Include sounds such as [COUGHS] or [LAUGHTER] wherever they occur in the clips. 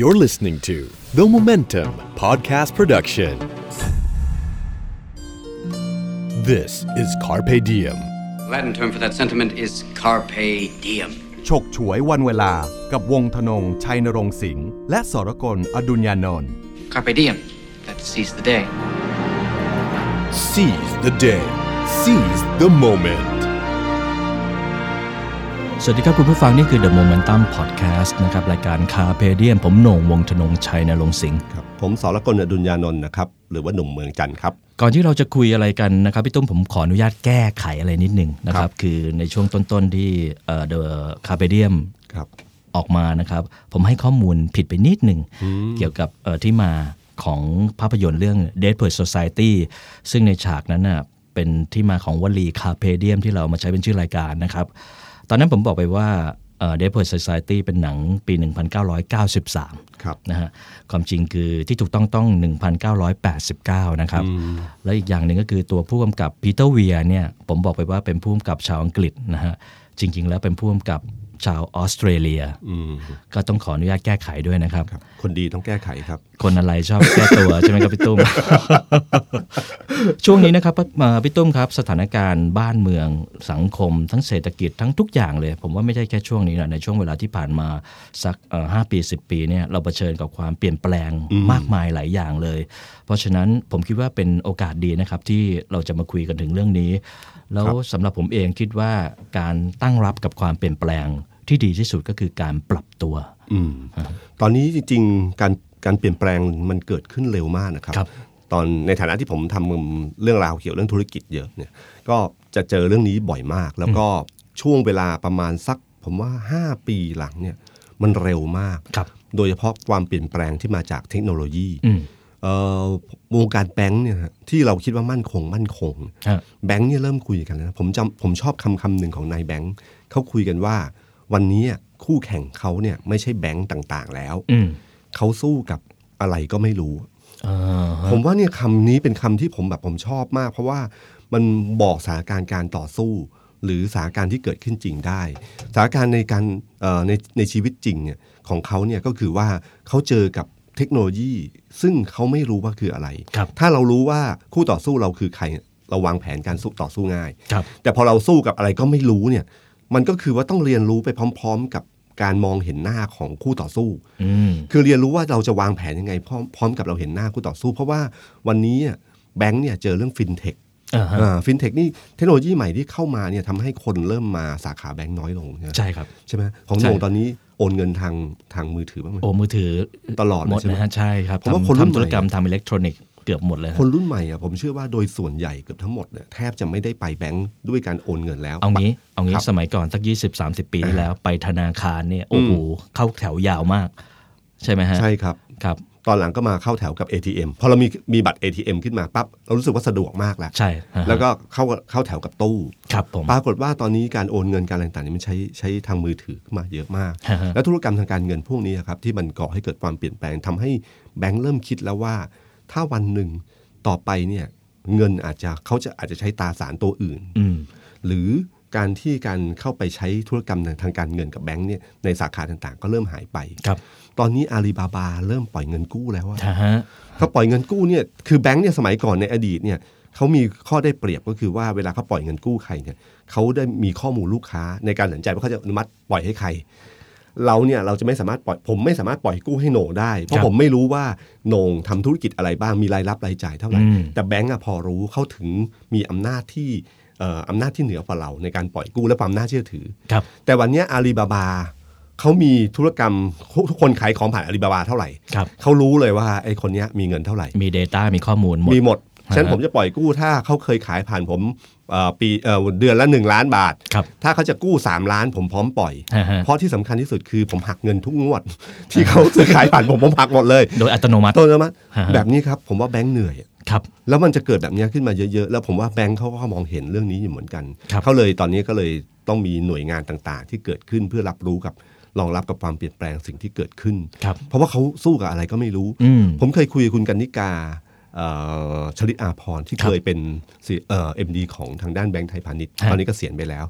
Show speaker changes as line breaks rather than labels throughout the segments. You're listening to The Momentum Podcast Production. This is Carpe Diem.
Latin term for that sentiment is carpe diem.
ฉกฉวยวันเวลากับวงธนง ชัยนรงค์สิงห์และสรกลอดุญญานนท์
Carpe diem. That seize the day.
Seize the day. Seize the moment.
สวัสดีครับคุณผู้ฟัง นี่คือ The Momentum Podcast นะครับ รายการคาเพเดียมผมโหน่งวงธนงชัยนรงค์สิงห์
ครับผมสรกลอดุญญานนท์นะครับหรือว่าหนุ่มเมืองจันทร์ครับ
ก่อนที่เราจะคุยอะไรกันนะครับ พี่ตุ้มผมขออนุญาตแก้ไขอะไรนิดหนึ่งนะครับ คือในช่วงต้นๆที่เอ่อ The คาเพเดียม
ครับ
ออกมานะครับ ผมให้ข้อมูลผิดไปนิดหนึ่ง เกี่ยวกับเอ่อที่มาของภาพยนตร์เรื่อง Dead Poet Society ซึ่งในฉากนั้นน่ะเป็นที่มาของวลีคาเพเดียมที่เรามาใช้เป็นชื่อรายการนะครับ ตอนนั้นผมบอกไปว่าเดฟเพิร์ Society เป็นหนังปี 1993
ครับ
นะฮะความจริงคือที่ถูกต้องต้อง 1989 นะครับ แล้วอีกอย่างหนึ่งก็คือตัวผู้กำกับปีเตอร์เวียเนี่ยผมบอกไปว่าเป็นผู้กำกับชาวอังกฤษนะฮะจริง ๆ แล้วเป็นผู้กำกับชาวออสเตรเลีย ก็ต้องขออนุญาตแก้ไขด้วยนะครับ
คนดีต้องแก้ไขครับ
คนอะไรชอบแก้ตัว ใช่ไหมครับพี่ตุ้ม [LAUGHS] ช่วงนี้นะครับเอ่อพี่ตุ้มครับสถานการณ์บ้านเมืองสังคม ทั้งเศรษฐกิจทั้งทุกอย่างเลย ผมว่าไม่ใช่แค่ช่วงนี้นะในช่วงเวลาที่ผ่านมาสักเอ่อห้าปีสิบปีเนี่ยเราเผชิญกับความเปลี่ยนแปลงมากมายหลายอย่างเลย เพราะฉะนั้นผมคิดว่าเป็นโอกาสดีนะครับที่เราจะมาคุยกันถึงเรื่องนี้ แล้วสำหรับผมเองคิดว่าการตั้งรับกับความเปลี่ยนแปลงที่ดีที่สุดก็คือการปรับตัว
อืมตอนนี้จริงๆการการเปลี่ยนแปลงมันเกิดขึ้นเร็วมากนะครับ
ครับ
ตอนในฐานะที่ผมทำเรื่องราวเกี่ยวเรื่องธุรกิจเยอะเนี่ยก็จะเจอเรื่องนี้บ่อยมาก แล้วก็ช่วงเวลาประมาณสัก ผมว่า 5 ปีหลังเนี่ยมันเร็วมาก
ครับ
โดยเฉพาะความเปลี่ยนแปลงที่มาจากเทคโนโลยี
อืม
เอ่อวงการแบงค์เนี่ยฮะที่เราคิดว่ามั่นคงมั่นคง
ฮะ
แบงค์เนี่ยเริ่มคุยกันแล้วนะผมจำผมชอบคำคำหนึ่งของนายแบงค์เขาคุยกันว่า วันนี้คู่แข่งเขาเนี่ยไม่ใช่แบงค์ต่างๆแล้ว
อืม
เขาสู้กับอะไรก็ไม่รู้
อ่าฮะ
ผมว่าเนี่ยคำนี้เป็นคำที่ผมแบบผมชอบมาก เพราะว่ามันบอกสถานการณ์การต่อสู้ หรือสถานการณ์ที่เกิดขึ้นจริงได้สถานการณ์ในการเอ่อในในชีวิตจริงเนี่ยของเขาเนี่ยก็คือว่าเขาเจอกับเทคโนโลยี ซึ่งเขาไม่รู้ว่าคืออะไร
ครับ
ถ้าเรารู้ว่าคู่ต่อสู้เราคือใครเราวางแผนการสู้ต่อสู้ง่าย
ครับ
แต่พอเราสู้กับอะไรก็ไม่รู้เนี่ย มันก็คือว่าต้องเรียนรู้ไปพร้อม ๆ กับการมองเห็นหน้าของคู่ต่อสู้
อืม
คือเรียนรู้ว่าเราจะวางแผนยังไงพร้อมพร้อมกับเราเห็นหน้าคู่ต่อสู้ เพราะว่าวันนี้อะแบงค์เนี่ยเจอเรื่องฟินเทค
อ่าฮะ
ฟินเทคนี่เทคโนโลยีใหม่ที่เข้ามาเนี่ยทำให้คนเริ่มมาสาขาแบงค์น้อยลงใช่ไหม
ใช่ครับ
ใช่ไหมของ
ใช่
โหนงตอนนี้โอนเงินทางทางมือถือบ้างไหม
โอ้มือถือ
ตลอดเลย
หมด
ใช่ไหม
นะฮะใช่ครับ
ผมว่า
ทำ
คนรุ่น
ทำธุรกรรม
ใหม่
ทำอิเล็กทรอนิกส์เกือบหมดเลย
คนรุ่นใหม่อะผมเชื่อว่าโดยส่วนใหญ่เกือบทั้งหมดเนี่ยแทบจะไม่ได้ไปแบงค์ด้วยการโอนเงินแล้ว
เอางี้เอางี้
ครับ
สมัยก่อนสัก 20 30 ปีที่แล้วไปธนาคารเนี่ยโอ้โหเข้าแถวยาวมาก ใช่ไหมฮะ
ใช่ครับ
ครับ
ตอนหลังก็มาเข้าแถวกับ ATM พอเรามีมีบัตร ATM ขึ้นมาปั๊บเรารู้สึกว่าสะดวกมากแล้ว
ใช่ฮะ
แล้วก็เข้าเข้าแถวกับตู้
ครับผม
ปรากฏว่าตอนนี้การโอนเงินการอะไรต่างๆเนี่ยมันใช้ใช้ทางมือถือมาเยอะมาก
ฮะฮะ
แล้วธุรกรรมทางการเงินพวกนี้ครับที่มันก่อให้เกิดความเปลี่ยนแปลงทำให้แบงค์เริ่มคิดแล้วว่า ถ้าวันหนึ่งต่อไปเนี่ยเงินอาจจะเขาจะอาจจะใช้ตราสารตัวอื่น
อืม
หรือการที่การเข้าไปใช้ธุรกรรมทางการเงินกับแบงค์เนี่ยในสาขาต่างๆ ก็เริ่มหายไป
ครับ
ตอนนี้อาลีบาบาเริ่มปล่อยเงินกู้แล้วอะ
ฮะฮะ
เขาปล่อยเงินกู้เนี่ย คือแบงค์เนี่ยสมัยก่อนในอดีตเนี่ยเขามีข้อได้เปรียบก็คือว่าเวลาเขาปล่อยเงินกู้ใครเนี่ยเขาได้มีข้อมูลลูกค้าในการตัดสินใจว่าเขาจะอนุมัติปล่อยให้ใคร เราเนี่ยเราจะไม่สามารถปล่อยผมไม่สามารถปล่อยกู้ให้โหน่งได้ เพ
ครั
ราะ
บ
ผมไม่รู้ว่าโหน่งทำธุรกิจอะไรบ้างมีรายรับรายจ่ายเท่าไหร่
อืม
แต่แบงค์อะพอรู้เขาถึงมีอำนาจที่เอ่ออำนาจที่เหนือกว่าเราในการปล่อยกู้และความน่าเชื่อถือ
ครับ
แต่วันเนี้อาลีบาบาเขามีธุรกรรมทุกคนขายของผ่านอาลีบาบาเท่าไหร่
ครับ
เขารู้เลยว่าไอ้คนเนี้ยมีเงินเท่าไหร่
มี Data มีข้อมูลหมด
มีหมด
ฮะ
ฉะนันผมจะปล่อยกู้ถ้าเขาเคยขายผ่านผมเอ่อปีเอ่อเดือนละ 1 ล้านบาท
ครับ
ถ้าเขาจะกู้ 3 ล้านผมพร้อมปล่อย
ฮะฮะ
เพราะที่สำคัญที่สุดคือผมหักเงินทุกงวด ที่เขาซื้อขายผ่านผมผมหักหมดเลย
โดยอัตโนมัติ
ต้นมัติ
ฮะฮะ
แบบนี้ครับผมว่าแบงค์เหนื่อย
ครับ
แล้วมันจะเกิดแบบเนี้ยขึ้นมาเยอะๆ แล้วผมว่าแบงค์เขาก็มองเห็นเรื่องนี้อยู่เหมือนกัน
ครับ
เขาเลยตอนนี้ก็เลยต้องมีหน่วยงานต่างๆ ที่เกิดขึ้นเพื่อรับรู้กับรองรับกับความเปลี่ยนแปลงสิ่งที่เกิดขึ้น
ครับ
เพราะว่าเขาสู้กับอะไรก็ไม่รู้
อืม
ผมเคยคุยกับคุณกันนิกาเอ่อชลิตอาพรณ์ที่
ครั
เค
บ
ยเป็นเอ็มดีของทางด้านแบงก์ไทยพาณิชย์
ฮะ
ตอนนี้เกษียณไปแล้ว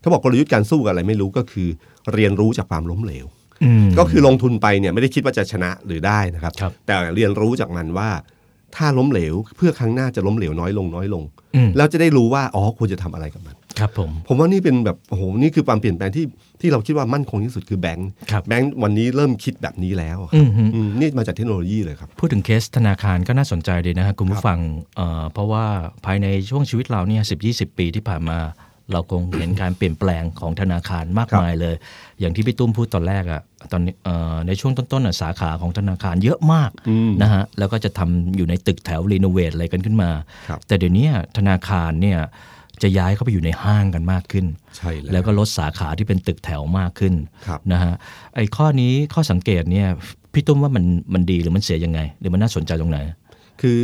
เขาบอกกลยุทธ์การสู้กับอะไรไม่รู้ก็คือ เรียนรู้จากความล้มเหลว
อืม
ก็คือลงทุนไปเนี่ยไม่ได้คิดว่าจะชนะหรือได้นะครับ
ครับ
แต่เรียนรู้จากมันว่า ถ้าล้มเหลวเพื่อครั้งหน้าจะล้มเหลวน้อยลงน้อยลง
อืม
แล้วจะได้รู้ว่าอ๋อควรจะทำอะไรกับมัน
ครับผม
ผมว่านี่เป็นแบบโอ้โหนี่คือความเปลี่ยนแปลงที่ที่เราคิดว่ามั่นคงที่สุดคือแบงค์
ครับ
แบงค์วันนี้เริ่มคิดแบบนี้แล้วอะค
อื
รับ
มฮึ
อืมนี่มาจากเทคโนโลยีเลยครับ
พูดถึงเคสธนาคารก็น่าสนใจดีนะครับคุณผู้ฟังเอ่อเพราะว่าภายในช่วงชีวิตเราเนี่ยสิบยีปีที่ผ่านมา เราคงเห็นการเปลี่ยนแปลงของธนาคารมากมายเลย อย่างที่พี่ตุ้มพูดตอนแรกอะตอนนี้เอ่อในช่วงต้นๆอะสาขาของธนาคารเยอะมากนะฮะแล้วก็จะทำอยู่ในตึกแถวรีโนเวทอะไรกันขึ้นมา
ครับ
แต่เดี๋ยวนี้ธนาคารเนี่ยจะย้ายเข้าไปอยู่ในห้างกันมากขึ้น
ใช่
แล้วก็ลดสาขาที่เป็นตึกแถวมากขึ้น
ครับ
นะฮะไอ้ข้อนี้ข้อสังเกตเนี่ยพี่ตุ้มว่ามันมันดีหรือมันเสียยังไง หรือมันน่าสนใจตรงไหน
คือ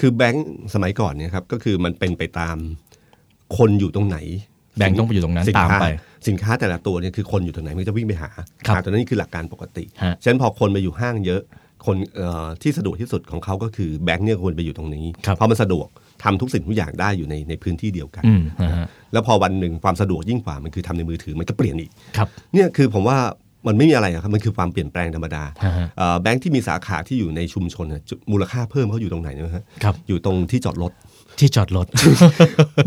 คือแบงค์สมัยก่อนเนี่ยครับก็คือมันเป็นไปตามคนอยู่ตรงไหน
แบงค์ต้องไปอยู่ตรงนั้น
สิ
ตาม
ค้
ไป
สินค้าแต่ละตัวเนี่ยคือคนอยู่ตรงไหนมันก็จะวิ่งไปหา
ครับ
หาตัวนั้นนคือหลักการปกติ
ฮะ
ฉะนั้นพอคนมาอยู่ห้างเยอะคนเอ่อที่สะดวกที่สุดของเขาก็คือแบงค์เนี่ยควรไปอยู่ตรงนี้เพราะมันสะดวกทำทุกสิ่งทุกอย่างได้อยู่ในในพื้นที่เดียวกัน
อืมนะฮะ
แล้วพอวันหนึ่งความสะดวกยิ่งกว่ามันคือทำในมือถือมันก็เปลี่ยนอีก
ครับ
เนี่ยคือผมว่ามันไม่มีอะไรอะครับมันคือความเปลี่ยนแปลงธรรมดา
ฮะฮะ
เอ่อแบงค์ที่มีสาขาที่อยู่ในชุมชนอะจุมูลค่าเพิ่มเขาอยู่ตรงไหนนะฮะ
ครับ
อยู่ตรงที่จอดรถ
ที่จอดรถ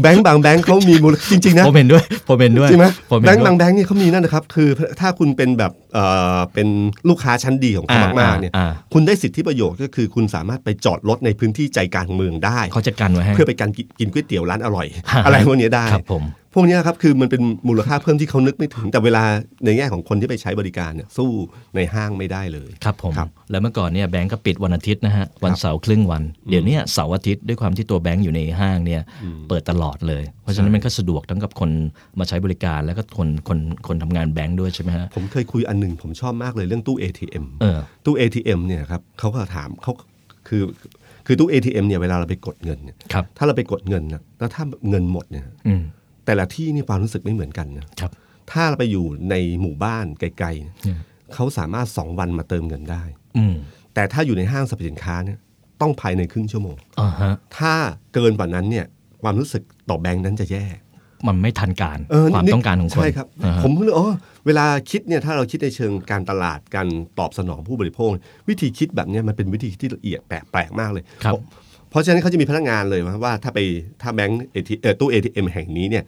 แบงค์บางแบงค์เขามีมูลจริงๆนะ
ผมเห็นด้วยผมเห็นด้วย
จริงไหม
ผม
แบ
เห็น
งค์
ด้ว
บาย งแบงค์เนี่ยเขามีนั่นนะครับคือถ้าคุณเป็นแบบเอ่อเป็นลูกค้าชั้นดีของเขา
อ่าม
มากๆเนี่ย
อ่า
คุณได้สิทธิประโยชน์ก็คือคุณสามารถไปจอดรถในพื้นที่ใจกลางเมืองได้
เขาจัดการไว้ให้
เพื่อไปการกินกินก๋วยเตี๋ยวร้านอร่อย
ฮะ
อะไรพวกเนี้ยได้
ครับผม
พวกเนี้ยครับคือมันเป็นมูลค่าเพิ่มที่เขานึกไม่ถึง แต่เวลาในแง่ของคนที่ไปใช้บริการเนี่ยสู้ในห้างไม่ได้เลย
ครับผม
ครับ
แล้วเมื่อก่อนเนี่ยแบงก์ก็ปิดวันอาทิตย์นะฮะวันเสาร์ครึ่งวัน เดี๋ยวเนี้เสาร์อาทิตย์ด้วยความที่ตัวแบงก์อยู่ในห้างเนี่ยเปิดตลอดเลย เพราะฉะนั้นมันก็สะดวกทั้งกับคนมาใช้บริการแล้วก็คนคนคนทำงานแบงก์ด้วยใช่ไหมฮะ
ผมเคยคุยอันหนึ่งผมชอบมากเลยเรื่องตู้ ATM
เออ
ตู้ ATM เนี่ยครับเขาก็ถามเขาคือคือตู้ ATM เนี่ยเวลาเราไปกดเงินเนี่ย
ครับ
ถ้าเราไปกดเงินนะแล้วถ้าเงินหมดเนี่ย
อืม
แต่ละที่นี่ความรู้สึกไม่เหมือนกันนะครับ ถ้าเราไปอยู่ในหมู่บ้านไกลๆเนี่ย
อืม
เขาสามารถสองวันมาเติมเงินได้
อืม
แต่ถ้าอยู่ในห้างสรรพสินค้าเนี่ยต้องภายในครึ่งชั่วโมง
อ่าฮะ
ถ้าเกินกว่านั้นเนี่ยความรู้สึกต่อแบงค์นั้นจะแย่
มันไม่ทันการ
เออ
ความ
นี่
ต้องการของคน
ใช่ครับ
อ่าฮะ
ผมเพิ่งรู้อ๋อเวลาคิดเนี่ยถ้าเราคิดในเชิงการตลาดการตอบสนองผู้บริโภค วิธีคิดแบบเนี้ยมันเป็นวิธีที่ละเอียดแปลกๆมากเลย
ครับ
เพราะเพราะฉะนั้นเขาจะมีพนักงานเลยว่าว่าถ้าไปถ้าแบงค์ AT- เอ่อตู้ ATM แห่งนี้เนี่ย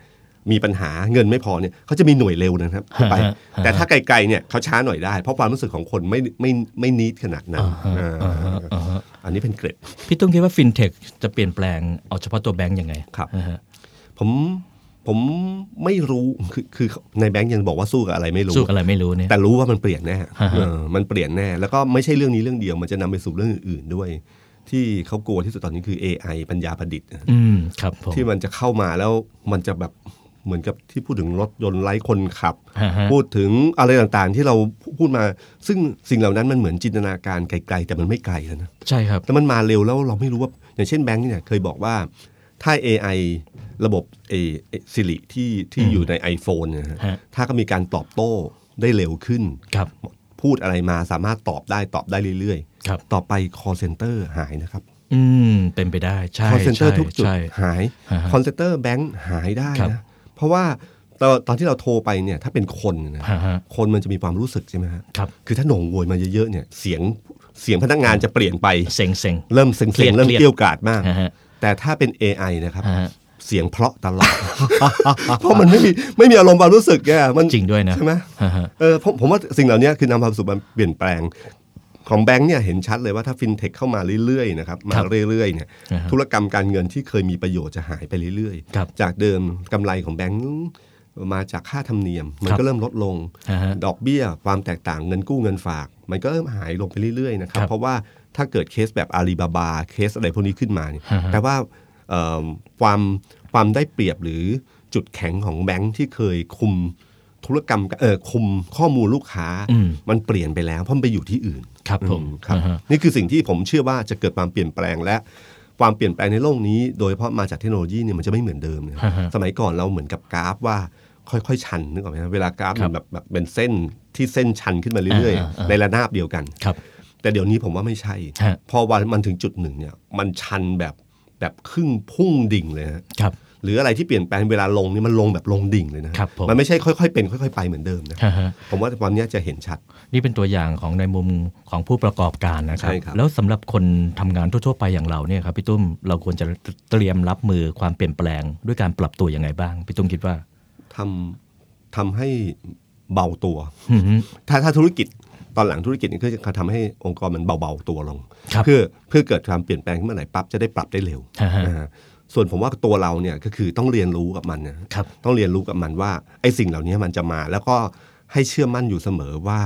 มีปัญหาเงินไม่พอเนี่ยเขาจะมีหน่วยเร็วนะครับไป
ฮะฮะ
แต่ถ้าไกลๆเนี่ยเขาช้าหน่อยได้ เพราะความรู้สึกของคนไม่ไม่ไม่นิดขนาดนั้นอ่าอันนี้เป็นเกร็ด
พี่ตุ้มคิดว่าฟินเทคจะเปลี่ยนแปลงเอาเฉพาะตัวแบงก์ยังไง
ครับ
อ่าฮะ
ผมผมไม่รู้คือคือในแบงค์ยังบอกว่าสู้กับอะไรไม่รู้
สู้กับอะไรไม่รู้เนี่ย
แต่รู้ว่ามันเปลี่ยนแน่
ฮะฮะ
เออมันเปลี่ยนแน่ แล้วก็ไม่ใช่เรื่องนี้เรื่องเดียวมันจะนำไปสู่เรื่องอื่นๆด้วย ที่เขากลัวที่สุดตอนนี้คือ AI ปัญญาประดิษฐ์
อืมครับผม
ที่มันจะเข้ามาแล้วมันจะแบบเหมือนกับที่พูดถึงรถยนต์ไร้คนขับ
ฮะฮะ
พูดถึงอะไรต่างๆ ที่เราพูดมา ซึ่งสิ่งเหล่านั้นมันเหมือนจินตนาการไกลๆแต่มันไม่ไกลแล้วนะ
ใช่ครับ
แต่มันมาเร็วแล้วเราไม่รู้ว่า อย่างเช่นแบงค์เนี่ยเคยบอกว่าถ้า AI ระบบเอสิริที่ที่อยู่ใน iPhone เนะฮะ
ฮะ
ถ้าก็มีการตอบโต้ได้เร็วขึ้น
ครับ
พูดอะไรมาสามารถตอบได้ตอบได้เรื่อย
ครับ
ๆ ต่อไป call center หายนะครับ
อืมเป็นไปได้ใช่
call
ใช่
center ทุกจุด
ใช่
หาย
ฮะฮะ
call center แบงค์หายได้
ครับ
นะเพราะว่าตอนตอนที่เราโทรไปเนี่ยถ้าเป็นคนนะ
ฮะฮะ
คนมันจะมีความรู้สึกใช่ไหมฮะ
ครับ
คือถ้าหน่งโวยมาเยอะๆเนี่ยเสียงเสียงพนักงานจะเปลี่ยนไป
เซ็งเซ็ง
เริ่มเสียง
เครียด
เริ่ม
เครียด
เกรี้ยวกราดมาก
ฮะฮะ
แต่ถ้าเป็น AI นะครับ
ฮะฮะ
เสียงเพราะตลอด [LAUGHS] เพราะมันไม่มีไม่มีอารมณ์ความรู้สึกแกมัน
จริงด้วยนะ
ใช่ไหม
ฮะฮะ
เออผมผมว่าสิ่งเหล่านี้คือนำความสุขมาเปลี่ยนแปลง ของแบงค์เนี่ยเห็นชัดเลยว่าถ้าฟินเทคเข้ามาเรื่อยๆนะครับมาเรื่อยๆเนี่ย
อ่าฮะ
ธุรกรรมการเงินที่เคยมีประโยชน์จะหายไปเรื่อย
ครับ
จากเดิมกำไรของแบงค์มาจากค่าธรรมเนียม มั
ค
น
รับ
ก็เริ่มลดลง
อ่าฮะ
ดอกเบี้ยความแตกต่างเงินกู้เงินฝาก มันก็เริ่มหายลงไปเรื่อยๆนะครับ
ครับ
เพราะว่าถ้าเกิดเคสแบบอาลีบาบาเคสอะไรพวกนี้ขึ้นมาเนี่ย
อ่าฮะ
แปลว่าเอ่อความความได้เปรียบหรือจุดแข็งของแบงค์ที่เคยคุมธุรกรรมเออคุมข้อมูลลูกค้า
อืม
มันเปลี่ยนไปแล้วเพราะมันไปอยู่ที่อื่น
ครับผม
อืครับ
อ่าฮะ
นี่คือสิ่งที่ผมเชื่อว่าจะเกิดความเปลี่ยนแปลงและความเปลี่ยนแปลงในโลกนี้ โดยเฉพาะมาจากเทคโนโลยีเนี่ยมันจะไม่เหมือนเดิมนะ
อ่าฮะ
สมัยก่อนเราเหมือนกับกราฟว่าค่อยๆ ชันนึกออกไหมฮะเวลากราฟ
ครับ
มันแบบแบบเป็นเส้นที่เส้นชันขึ้นมาเรื่อย
อ่าอ่า
ๆ ในระนาบเดียวกัน
ครับ
แต่เดี๋ยวนี้ผมว่าไม่ใช่
ฮะ
พอวันมันถึงจุดหนึ่งเนี่ยมันชันแบบแบบครึ่งพุ่งดิ่งเลยฮะ
ครับ
หรืออะไรที่เปลี่ยนแปลงเวลาลงนี่มันลงแบบลงดิ่งเลยนะครับ
ผม
มันไม่ใช่ค่อยๆเป็นค่อยๆไปเหมือนเดิมนะ
ฮะฮะ
ผมว่าวันเนี้ยจะเห็นชัด
นี่เป็นตัวอย่างของในมุมของผู้ประกอบการนะครับ
ใช่ครับ
แล้วสำหรับคนทำงานทั่ว ๆ ไปอย่างเราเนี่ยครับพี่ตุ้มเราควรจะเตรียมรับมือความเปลี่ยนแปลง ด้วยการปรับตัวยังไงบ้างพี่ตุ้มคิดว่า
ทำทำให้เบาตัว
อืม
ถ้าถ้าธุรกิจตอนหลังธุรกิจนี่ก็จะทำให้องค์กรมันเบาๆตัวลง
ครับ
เพื่อเพื่อเกิดความเปลี่ยนแปลงขึ้นมาไหนปั๊บจะได้ปรับได้เร็ว
ฮะฮะ
นะฮะส่วนผมว่าตัวเราเนี่ยก็คือต้องเรียนรู้กับมันนะครับ ต้องเรียนรู้กับมันว่าไอ้สิ่งเหล่านี้มันจะมา แล้วก็ให้เชื่อมั่นอยู่เสมอว่า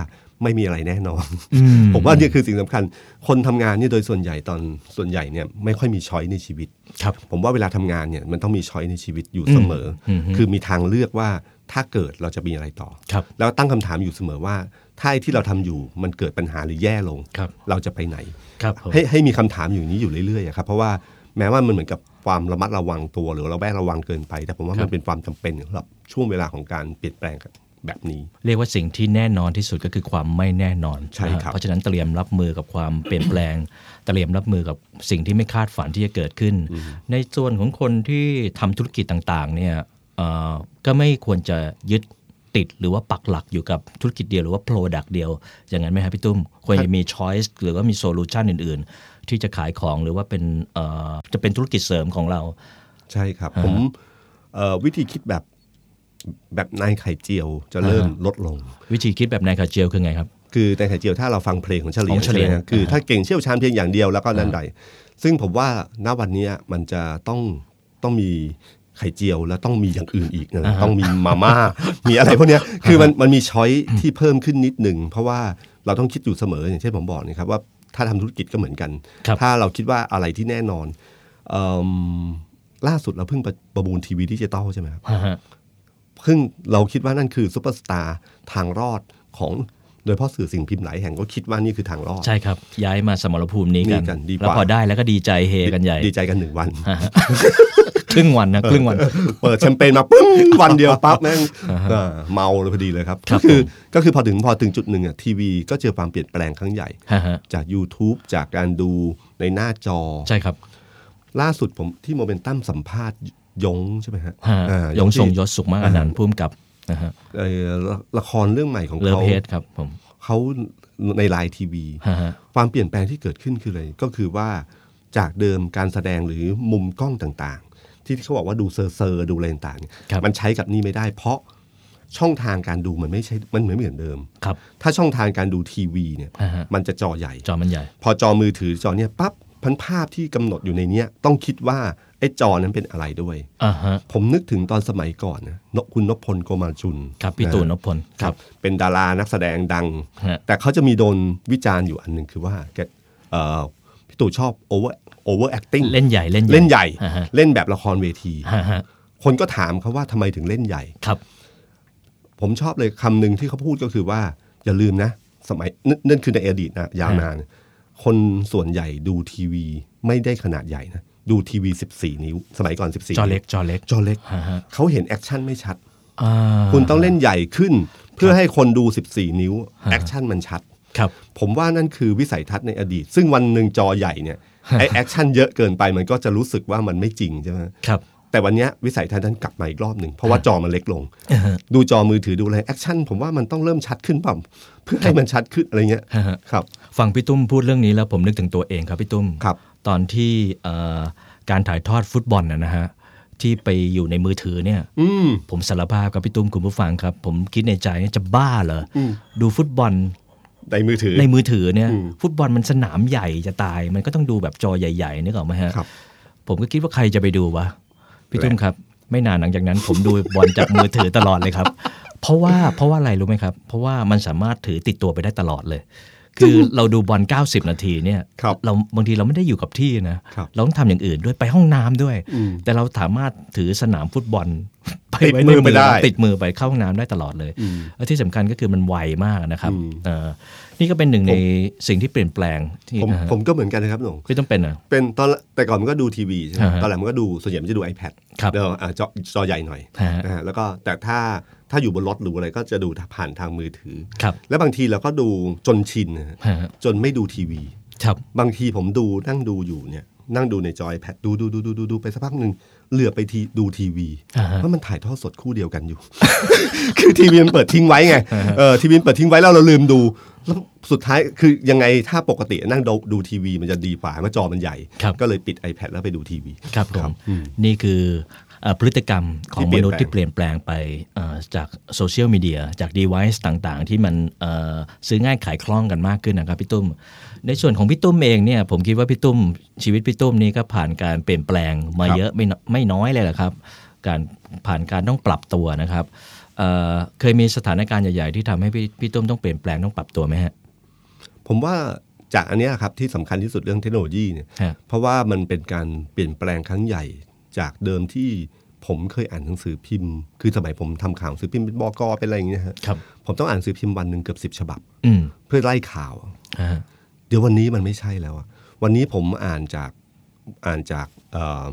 ไม่มีอะไรแน่นอน
อืม
ผมว่าเนี่ยคือสิ่งสำคัญ คนทำงานเนี่ยโดยส่วนใหญ่ตอนส่วนใหญ่เนี่ยไม่ค่อยมีช้อยในชีวิต
ครับ
ผมว่าเวลาทำงานเนี่ยมันต้องมีช้อยในชีวิตอยู่เสมออ
มอืม
คือมีทางเลือกว่าถ้าเกิดเราจะมีอะไรต่อ
ครับ
แล้วตั้งคำถามอยู่เสมอว่า ถ้าไอ้ที่เราทำอยู่มันเกิดปัญหาหรือแย่ลง
ครับ
เราจะไปไหน
ครับผม
ให้ให้มีคำถามอยู่นี้อยู่เรื่อยๆอะครับเพราะว่าแม้ว่ามันเหมือนกับความระมัดระวังตัวหรือเราแวดระวังเกินไป แต่ผมว่ามันเป็นความจำเป็นสำหรับช่วงเวลาของการเปลี่ยนแปลงแบบนี้
เรียกว่าสิ่งที่แน่นอนที่สุดก็คือความไม่แน่นอน
ใช่ค
นะ
รับ
ฮะเพราะฉะนั้นเตรียมรับมือกับความเปลี่ยนแปลง [COUGHS] เตรียมรับมือกับสิ่งที่ไม่คาดฝันที่จะเกิดขึ้น ในส่วนของคนที่ทำธุรกิจต่างๆเนี่ยเอ่อก็ไม่ควรจะยึดติดหรือว่าปักหลักอยู่กับธุรกิจเดียวหรือว่าโปรดักต์เดียว อย่างนั้นไหมครับพี่ตุ้มควรจะมีช้อยส์หรือว่ามีโซลูชันอื่น ๆ ที่จะขายของหรือว่าเป็นเอ่อจะเป็นธุรกิจเสริมของเรา
ใช่ครับ ผมเอ่อวิธีคิดแบบแบบนายไข่เจียวจะเริ่มลดลง
วิธีคิดแบบนายคาเจียวคือไงครับ
คือในไข่เจียวถ้าเราฟังเพลงของเฉลีย
ข
ว
องเฉลียว
ใช่ไหมฮะคือถ้าเก่งเชี่ยวชาญเพียงอย่างเดียวแล้วก็นั่นใดซึ่งผมว่าณวันเนี้ยมันจะต้องต้องมีไข่เจียวแล้วต้องมีอย่างอื่นอีกนะต้องมีมาม่า [LAUGHS] มีอะไรพวกเนี้ยคือมันมันมีช้อยที่เพิ่มขึ้นนิดหนึ่งเพราะว่าเราต้องคิดอยู่เสมออย่างเช่นผมบอกนะครับว่าถ้าทำธุรกิจก็เหมือนกัน
ครับ
ถ้าเราคิดว่าอะไรที่แน่นอนเอิ่มล่าสุดเราเพิ่งประประมูลทีวีดิจิตอลใช่ไหมครับ ซึ่งเราคิดว่านั่นคือซูเปอร์สตาร์ทางรอดของโดยเฉพ่อสื่อสิ่งพิมพ์หลายแห่งก็คิดว่านี่คือทางรอด
ใช่ครับ ย้ายมาสมรภูมินี้
นี่กั
กัน
นดีกว่า
แล้วพอได้แล้วก็ดีใจเฮกันใหญ่
ดีใจกันหนึ่งวัน
ครึ่งวันนะครึ่งวัน
เปิดแชมเปญมาปึ้ง วันเดียวปั๊บ [LAUGHS] แม่งเออเมาเลยพอดีเลยครับ
ครั
ก็
บ
คื
ผ
อ
ม
ก็คือพอถึงพอถึงจุดหนึ่งอ่ะทีวีก็เจอความเปลี่ยนแปลงครั้งใหญ่
ฮะฮะ
จาก YouTube จากการดูในหน้าจอ
ใช่ครับ
ล่าสุดผมที่โมเมนตัมสัมภาษณ์ยงใช่ไหมฮะ
ฮะ
อ่าย
งทรง
ที่
ยศสุขมากอนันต์พุ่มกับนะฮะ
เอ่อละละครเรื่องใหม่ของ
เลิฟ
เขา
เฮดครับผม
เขาในไลน์ทีวี
ฮะฮะ
ความเปลี่ยนแปลงที่เกิดขึ้นคืออะไร ก็คือว่าจากเดิมการแสดงหรือมุมกล้องต่างๆ ที่เขาบอกว่าดูเซอร์เซอร์ๆดูอะไรต่างๆเนี่ย
ครับ
มันใช้กับนี่ไม่ได้ เพราะช่องทางการดูมันไม่ใช่มันไม่เหมือนเดิม
ครับ
ถ้าช่องทางการดูทีวีเนี่ย
อ่าฮะ
มันจะจอใหญ่
จอมันใหญ่
พอจอมือถือจอเนี่ยปั๊บพันภาพที่กำหนดอยู่ในเนี้ยต้องคิดว่าไอ้จอนั้นเป็นอะไรด้วย
อ่าฮะ
ผมนึกถึงตอนสมัยก่อนนะนคุณนพพลโกมาลจุน
ครับพี่ตู่นพพลค
ค
รั
รับ บเป็นดารานักแสดงดัง
ฮะ
แต่เขาจะมีโดนวิจารณ์อยู่อันหนึ่งคือว่าแกเอ่อพี่ตู่ชอบโอเวอร์โอเวอร์แอคติ้ง
เล่นใหญ่เล่นใหญ่
เล่นใหญ่
อ่าฮะ
เล่นแบบละครเวที
ฮะฮะ
คนก็ถามเขาว่าทำไมถึงเล่นใหญ่
ครับ
ผมชอบเลยคำหนึ่งที่เขาพูดก็คือว่าอย่าลืมนะ สมัยนั่นนั่นคือในอดีตนะยาวนาน คนส่วนใหญ่ดูทีวีไม่ได้ขนาดใหญ่นะดูทีวี 14 นิ้ว สมัยก่อน 14
จอเล็ก
นิ้ว
จอเล็ก
จอเล็ก
ฮะฮะ
เขาเห็นแอคชั่นไม่ชัด
อ่า
คุณต้องเล่นใหญ่ขึ้น เพื่อให้คนดู 14 นิ้วแอคชั่นมันชัด
ครับ
ผมว่านั่นคือวิสัยทัศน์ในอดีต ซึ่งวันหนึ่งจอใหญ่เนี่ย ไอแอคชั่นเยอะเกินไปมันก็จะรู้สึกว่ามันไม่จริงใช่ไหม
ครับ
แต่วันเนี้ยวิสัยทัศน์นั้นกลับมาอีกรอบหนึ่งเพราะว่าจอมันเล็กลง ดูจอมือถือดูอะไรแอคชั่นผมว่ามันต้องเริ่มชัดขึ้นเปล่าเพื่อให้มันชัดขึ้นอะไรเงี้ย
ฮะฮะ
ครับ
ฟังพี่ตุ้มพูดเรื่องนี้แล้วผมนึกถึงตัวเองครับพี่ตุ้ม
ครับ
ตอนที่เอ่อการถ่ายทอดฟุตบอลนะนะฮะที่ไปอยู่ในมือถือเนี่ยผมสารภาพกับพี่ตุ้มคุณผู้ฟังครับ ผมคิดในใจเนี่ยจะบ้าเหรออดูฟุตบอล
ในมือถือ
ในมือถือเนี่ย ฟุตบอลมันสนามใหญ่จะตาย มันก็ต้องดูแบบจอใหญ่ๆนึกออกไหมฮะ
ครับ
ผมก็คิดว่าใครจะไปดูวะพี่ตุ้มครับ ไม่นานหลังจากนั้น ผมดูบอลจากมือถือตลอดเลยครับ [LAUGHS] เพราะว่าเพราะว่าอะไรรู้ไหมครับ เพราะว่ามันสามารถถือติดตัวไปได้ตลอดเลย คือเราดูบอล 90 นาทีเนี่ย
ครับ
เราบางทีเราไม่ได้อยู่กับที่นะครับ เราต้องทำอย่างอื่นด้วยไปห้องน้ำด้วย แต่เราสามารถถือสนามฟุตบอล [LAUGHS] ไป
ติด
ไว้
มื
ใน
อไป
มือ
ได้
ติดมือไปเข้าห้องน้ำได้ตลอดเลยและที่สำคัญก็คือมันไวมากนะครับเอ่อนี่ก็เป็นหนึ่งในสิ่งที่เปลี่ยนแปลงที่
ผม
นะฮะ
ผมก็เหมือนกันนะครับหนุ่ง
ไม่ต้องเป็นอ่ะ
เป็นตอนละแต่ก่อนมันก็ดูทีวีใช่ไหม
ฮะฮะ
ตอนหลังมันก็ดูส่วนใหญ่มันจะดู iPad
ครับ
เดี๋ยวอ่ะจอจอใหญ่หน่อย
ฮะฮะ
อ่าแล้วก็แต่ถ้าถ้าอยู่บนรถหรืออะไรก็จะดูผ่านทางมือถือ
ครับ
และบางทีเราก็ดูจนชินนะฮะ
ฮะ
จนไม่ดูทีวี
ครับ
บางทีผมดูนั่งดูอยู่เนี่ย นั่งดูในจอยแพดดูดูดูดูดูดูไปสักพักหนึ่งเหลือบไปทีดูทีวี
อ่าฮะ
ว่ามันถ่ายทอดสดคู่เดียวกันอยู่ [LAUGHS] คือทีวีมันเปิดทิ้งไว้ไงเออทีวีมันเปิดทิ้งไว้แล้วเราลืมดูแล้วสุดท้ายคือยังไงถ้าปกตินั่งดูดูทีวีมันจะดีกว่าเมื่อจอมันใหญ่
ครับ
ก็เลยปิด iPad แล้วไปดูทีวี
ครับผมนี่คือเอ่อพฤติกรรมของมนุษย์
ที่
ที่เป
เปลี่
ลี่ย
ย
นแป
นแป
ล
ล
ง
ง
ไปเอ่อจากโซเชียลมีเดียจาก d e v i c e ต่างๆ ที่มันเอ่อซื้อง่ายขายคล่องกันมากขึ้นนะครับพี่ตุ้ม ในส่วนของพี่ตุ้มเองเนี่ยผมคิดว่าพี่ตุ้มชีวิตพี่ตุ้มนี่ก็ผ่านการเปลี่ยนแปลงมาเยอะไม่นไม่น้อยเลยแหละครับ การผ่านการต้องปรับตัวนะครับเอ่อเคยมีสถานการณ์ใหญ่ๆที่ทำให้พี่พี่ตุ้มต้องเปลี่ยนแปลงต้องปรับตัวไหมฮะ
ผมว่าจากอันเนี้ยครับที่สำคัญที่สุดเรื่องเทคโนโลยีเนี่ย
ฮะ
เพราะว่ามันเป็นการเปลี่ยนแปลงครั้งใหญ่จากเดิมที่ผมเคยอ่านหนังสือพิมพ์ คือสมัยผมทำข่าวหนังสือพิมพ์เป็นบกเป็นอะไรอย่างเงี้ยฮะ
ครับ
ผมต้องอ่านหนังสือพิมพ์วันหนึ่งเกือบสิบฉบับ
อืม
เพื่อไล่ข่าว
อ่า
เดี๋ยววันนี้มันไม่ใช่แล้วอะวันนี้ผมอ่านจากอ่านจากเอ่อ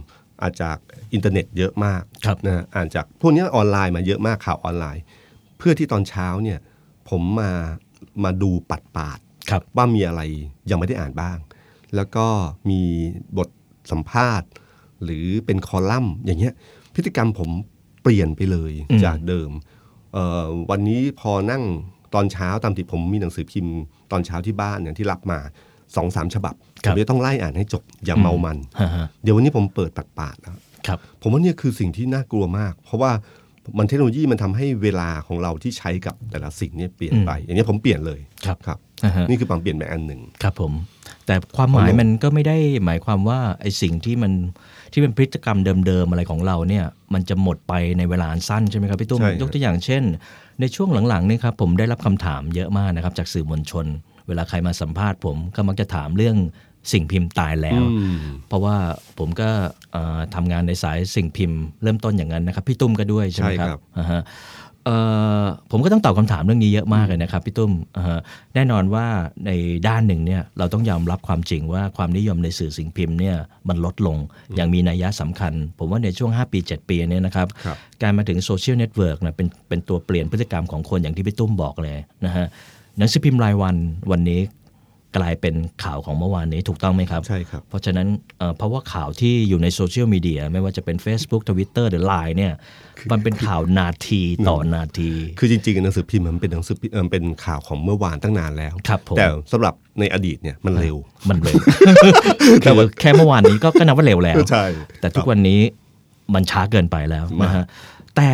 อ่านจากอินเทอร์เน็ตเยอะมาก
ครับ
นะอ่านจากพวกเนี้ยออนไลน์มาเยอะมากข่าวออนไลน์ เพื่อที่ตอนเช้าเนี่ยผมมามาดูปัดปาดๆ
ครับ
ว่ามีอะไรยังไม่ได้อ่านบ้าง แล้วก็มีบทสัมภาษณ์ หรือเป็นคอลัมน์อย่างเงี้ยพฤติกรรมผมเปลี่ยนไปเลยจากเดิม เอ่อวันนี้พอนั่งตอนเช้าตามที่ผมมีหนังสือพิมพ์ตอนเช้าที่บ้านเนี่ยที่รับมาสองสามฉบับ
ครั
ผ
บ
มจะต้องไล่อ่านให้จบอย่าเมามัน
ฮะฮะ
เดี๋ยววันนี้ผมเปิดปัดปาดแล้ว
ครับ
ผมว่าเนี่ยคือสิ่งที่น่ากลัวมาก เพราะว่ามันเทคโนโลยีมันทำให้เวลาของเราที่ใช้กับแต่ละสิ่งเนี่ยเปลี่ยนไป อย่างนี้ยผมเปลี่ยนเลย
ครับ
ครับ
อ่าฮะ
นี่คือความเปลี่ยนแปลงอันหนึ่ง
ครับผม แต่ความหมาย
ผม
มันก็ไม่ได้หมายความว่าไอ้สิ่งที่มันที่เป็นพฤติกรรมเดิมๆอะไรของเราเนี่ย มันจะหมดไปในเวลาอันสั้นใช่ไหมครับพี่ตุ้ม
ใช่ครับ
ยกตัวอย่างเช่น ในช่วงหลังๆเนี่ยครับผมได้รับคำถามเยอะมากนะครับ จากสื่อมวลชน เวลาใครมาสัมภาษณ์ผมก็มักจะถามเรื่องสิ่งพิมพ์ตายแล้ว เพราะว่าผมก็เอ่อทำงานในสายสิ่งพิมพ์เริ่มต้นอย่างนั้นนะครับ พี่ตุ้มก็ด้วยใช่ไหมค
ใช่ครั
รับ
บ
อ่าฮะเอ่อผมก็ต้องตอบคำถามเรื่องนี้เยอะมากเลยนะครับพี่ตุ้มอ่าฮะแน่นอนว่าในด้านหนึ่งเนี่ยเราต้องยอมรับความจริงว่าความนิยมในสื่อสิ่งพิมพ์เนี่ยมันลดลงอย่างมีนัยยะสำคัญ ผมว่าในช่วง 5 ปี 7 ปีเนี่ยนะครับ
ครับ
การมาถึงโซเชียลเน็ตเวิร์กนะเป็นเป็นตัวเปลี่ยนพฤติกรรมของคนอย่างที่พี่ตุ้มบอกเลยนะฮะหนังสือพิมพ์รายวันวันนี้กลายเป็นข่าวของเมื่อวานนี้ถูกต้องไหมครับ
ใช่ครับ
เพราะฉะนั้นเอ่อเพราะว่าข่าวที่อยู่ในโซเชียลมีเดียไม่ว่าจะเป็น Facebook Twitter หรือ Line เนี่ยมันเป็นข่าวนาทีต่อนาที
คือจริงๆหนังสือพิมพ์มันเป็นหนังสือพิมพ์เอ่อเป็นข่าวของเมื่อวานตั้งนานแล้ว
ครับผม
แต่สำหรับในอดีตเนี่ยมันเร็ว
มันเร็วคือแค่เมื่อวานนี้ก็ก็นับว่าเร็วแล้ว
ใช่
แต่ทุกวันนี้มันช้าเกินไปแล้วนะฮะแต่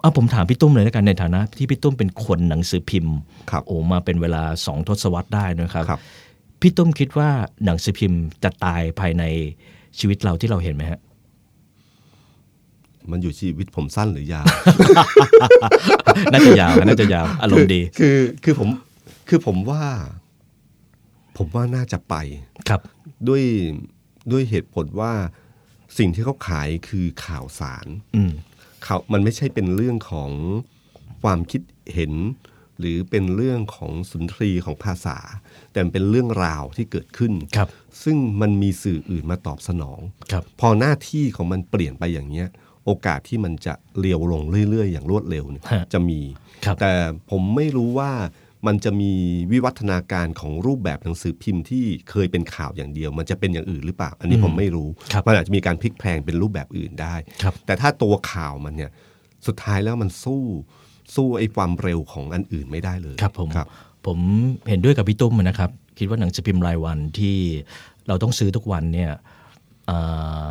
เอาผมถามพี่ตุ้มเลยแล้วกันในฐานะ ที่พี่ตุ้มเป็นคนหนังสือพิมพ์
ครับ
โอ้มาเป็นเวลาสองทศวรรษได้นะครับ
ครับ
พี่ตุ้มคิดว่าหนังสือพิมพ์จะตายภายในชีวิตเราที่เราเห็นไหมฮะ
มันอยู่ชีวิตผมสั้นหรือยาว
น่าจะยาวน่าจะยาวอารมณ์ดี
คือคือผมคือผมว่า ผมว่าน่าจะไป
ครับ
ด้วยด้วยเหตุผลว่าสิ่งที่เขาขายคือข่าวสาร
อืม
ข่าวมันไม่ใช่เป็นเรื่องของความคิดเห็น หรือเป็นเรื่องของสุนทรีของภาษา แต่มันเป็นเรื่องราวที่เกิดขึ้น
ครับ
ซึ่งมันมีสื่ออื่นมาตอบสนอง
ครับ
พอหน้าที่ของมันเปลี่ยนไปอย่างเนี้ย โอกาสที่มันจะเรียวลงเรื่อย ๆ อย่างรวดเร็วเนี่ย
ฮะ
จะมี
ครับ
แต่ผมไม่รู้ว่ามันจะมีวิวัฒนาการของรูปแบบหนังสือพิมพ์ที่เคยเป็นข่าวอย่างเดียว มันจะเป็นอย่างอื่นหรือเปล่า อันนี้ผมไม่รู้
ครับ
มันอาจจะมีการพลิกแพลงเป็นรูปแบบอื่นได้
ครับ
แต่ถ้าตัวข่าวมันเนี่ยสุดท้ายแล้วมันสู้สู้ไอ้ความเร็วของอันอื่นไม่ได้เลย
ครับผม
ครับ
ผมเห็นด้วยกับพี่ตุ้มนะครับ คิดว่าหนังสือพิมพ์รายวันที่เราต้องซื้อทุกวันเนี่ยเอ่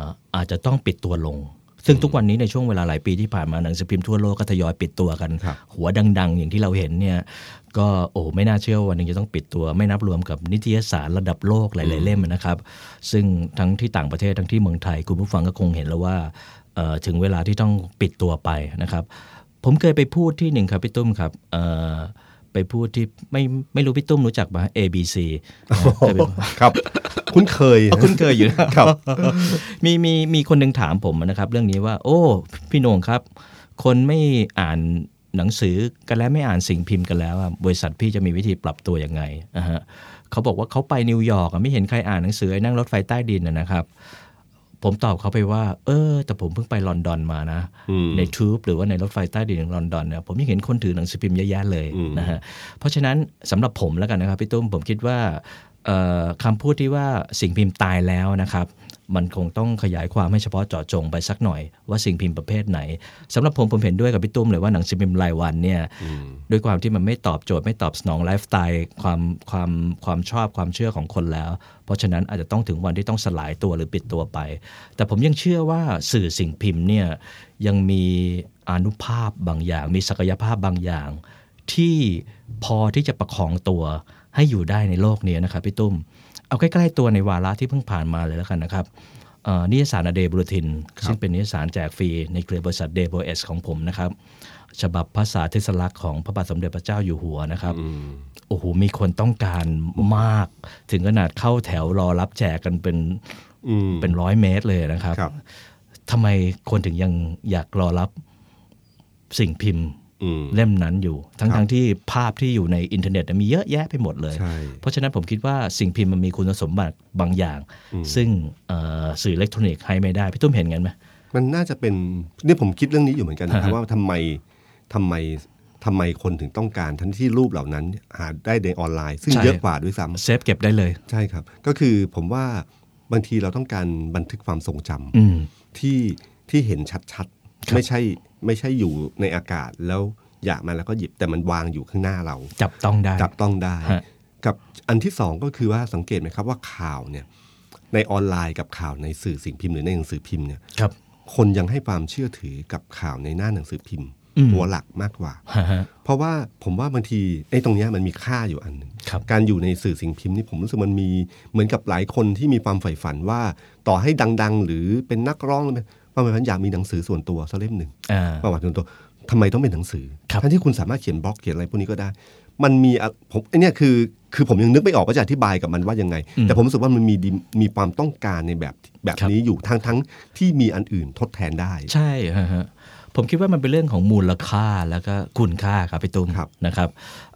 ออาจจะต้องปิดตัวลง ซึ่งทุกวันนี้ในช่วงเวลาหลายปีที่ผ่านมาหนังสือพิมพ์ทั่วโลกก็ทยอยปิดตัวกัน
ครับ
หัวดัง ๆ อย่างที่เราเห็นเนี่ยก็โอ้ไม่น่าเชื่อว่าวันหนึงจะต้องปิดตัว ไม่นับรวมกับนิตยสารระดับโลกหลาย ๆ เล่มนะครับ ซึ่งทั้งที่ต่างประเทศทั้งที่เมืองไทย คุณผู้ฟังก็คงเห็นแล้วว่าเอ่อถึงเวลาที่ต้องปิดตัวไปนะครับ ผมเคยไปพูดที่หนึ่งครับพี่ตุ้มครับเอ่อไปพูดที่ไม่ไม่รู้พี่ตุ้มรู้จักปะ ABC นะเคยไป
ครับ คุ้นเคย
คุ้นเคยอยู่นะครับ [LAUGHS] มีมีมีคนหนึ่งถามผมนะครับ เรื่องนี้ว่า โอ้ พี่โหนงครับ คนไม่อ่านหนังสือกันแล้วไม่อ่านสิ่งพิมพ์กันแล้วอะบริษัทพี่จะมีวิธีปรับตัวยังไงอ่าฮะเขาบอกว่าเขาไปนิวยอร์กอะไม่เห็นใครอ่านหนังสือไอ้นั่งรถไฟใต้ดินนะนะครับ ผมตอบเขาไปว่า เออ แต่ผมเพิ่งไปลอนดอนมานะ ในทูบหรือว่าในรถไฟใต้ดินของลอนดอนเนี่ยผมยังเห็นคนถือหนังสือพิมพ์เยอะแยะเลยนะฮะเพราะฉะนั้นสำหรับผมแล้วกันนะครับพี่ตุ้มผมคิดว่า เอ่อคำพูดที่ว่าสิ่งพิมพ์ตายแล้วนะครับ มันคงต้องขยายความให้เฉพาะเจาะจงไปสักหน่อยว่าสิ่งพิมพ์ประเภทไหนสำหรับผมผมเห็นด้วยกับพี่ตุ้มเลยว่าหนังสือพิมพ์รายวันเนี่ยด้วยความที่มันไม่ตอบโจทย์ไม่ตอบสนองไลฟ์สไตล์ความความความชอบความเชื่อของคนแล้ว เพราะฉะนั้นอาจจะต้องถึงวันที่ต้องสลายตัวหรือปิดตัวไป แต่ผมยังเชื่อว่าสื่อสิ่งพิมพ์เนี่ยยังมีอานุภาพบางอย่าง มีศักยภาพบางอย่าง ที่พอที่จะประคองตัวให้อยู่ได้ในโลกนี้นะครับพี่ตุ้ม เอาใกล้ ๆ ตัวในวาระที่เพิ่งผ่านมาเลยแล้วกันนะครับเอ่อนิยสารเดย์บุลติน ซึ่งเป็นนิยสารแจกฟรีในเครือบริษัทเดโบเอสของผมนะครับ ฉบับภาษาเทศลักษณ์ของพระบาทสมเด็จพระเจ้าอยู่หัวนะครับ โอ้โห มีคนต้องการมาก ถึงขนาดเข้าแถวรอรับแจกกันเป็นเป็นร้อยเมตรเลยนะครับ
ครับ
ทำไมคนถึงยังอยากรอรับสิ่งพิมพ์
อืม
เล่มนั้นอยู่ ทั้ง
ครั
ทั้
บ
งที่ภาพที่อยู่ในอินเทอร์เน็ตมีเยอะแยะไปหมดเลย
ใช่
เพราะฉะนั้นผมคิดว่าสิ่งพิมพ์มันมีคุณสมบัติบางอย่าง ซึ่งเอ่อสื่ออิเล็กทรอนิกส์ให้ไม่ได้ พี่ตุ้มเห็นกันไหม
มันน่าจะเป็นเนี่ยผมคิดเรื่องนี้อยู่เหมือนกันนะครับ
ฮะ
ว่าทำไมทำไมทำไมคนถึงต้องการทั้งที่รูปเหล่านั้นหาได้ในออนไลน์ ซึ่งเยอะกว่าด้วยซ้ำ
เซฟเก็บได้เลย
ใช่ครับ ก็คือผมว่าบางทีเราต้องการบันทึกความทรงจำ
อืม
ที่ที่เห็นชัด
ครั
ๆ
บ
ไม่ใช่ไม่ใช่อยู่ในอากาศแล้วอยากมาแล้วก็หยิบแต่มันวางอยู่ข้างหน้าเรา
จับต้องได้
จับต้องได้
ฮะ
กับอันที่สองก็คือว่าสังเกตไหมครับว่าข่าวเนี่ยในออนไลน์กับข่าวในสื่อสิ่งพิมพ์หรือในหนังสือพิมพ์เนี่ย
ครับ [LAUGHS]
คนยังให้ความเชื่อถือกับข่าวในหน้าหนังสือพิมพ์
อืม
หัวหลักมากกว่า
ฮะฮะ
เพราะว่าผมว่าบางทีไอ้ตรงเนี้ยมันมีค่าอยู่อันหนึ่ง
ครับ
การอยู่ในสื่อสิ่งพิมพ์นี่ผมรู้สึกมันมีเหมือนกับหลายคนที่มีความใฝ่ฝันว่า ต่อให้ดังๆ หรือเป็นนักร้องหรือเป็นความใฝ่ฝันอยากมีหนังสือส่วนตัวสักเล่มหนึ่ง
อ่า
ความหวังส่วนตัวทำไมต้องเป็นหนังสือ
ครับ
ทั้งที่คุณสามารถเขียนบล็อกเขียนอะไรพวกนี้ก็ได้ มันมีอะผมไอเนี่ยคือคือผมยังนึกไม่ออกว่าจะอธิบายกับมันว่ายังไง
อืม
แต่ผมรู้สึกว่ามันมีดีมีความต้องการในแบบแบบ
ครับ
นี้อยู่ทั้งทั้งที่มีอันอื่นทดแทนได้
ใช่ฮะฮะผมคิดว่ามันเป็นเรื่องของมูลค่าแล้วก็คุณค่าครับพี่ตุ้ม
ครับ
นะครับ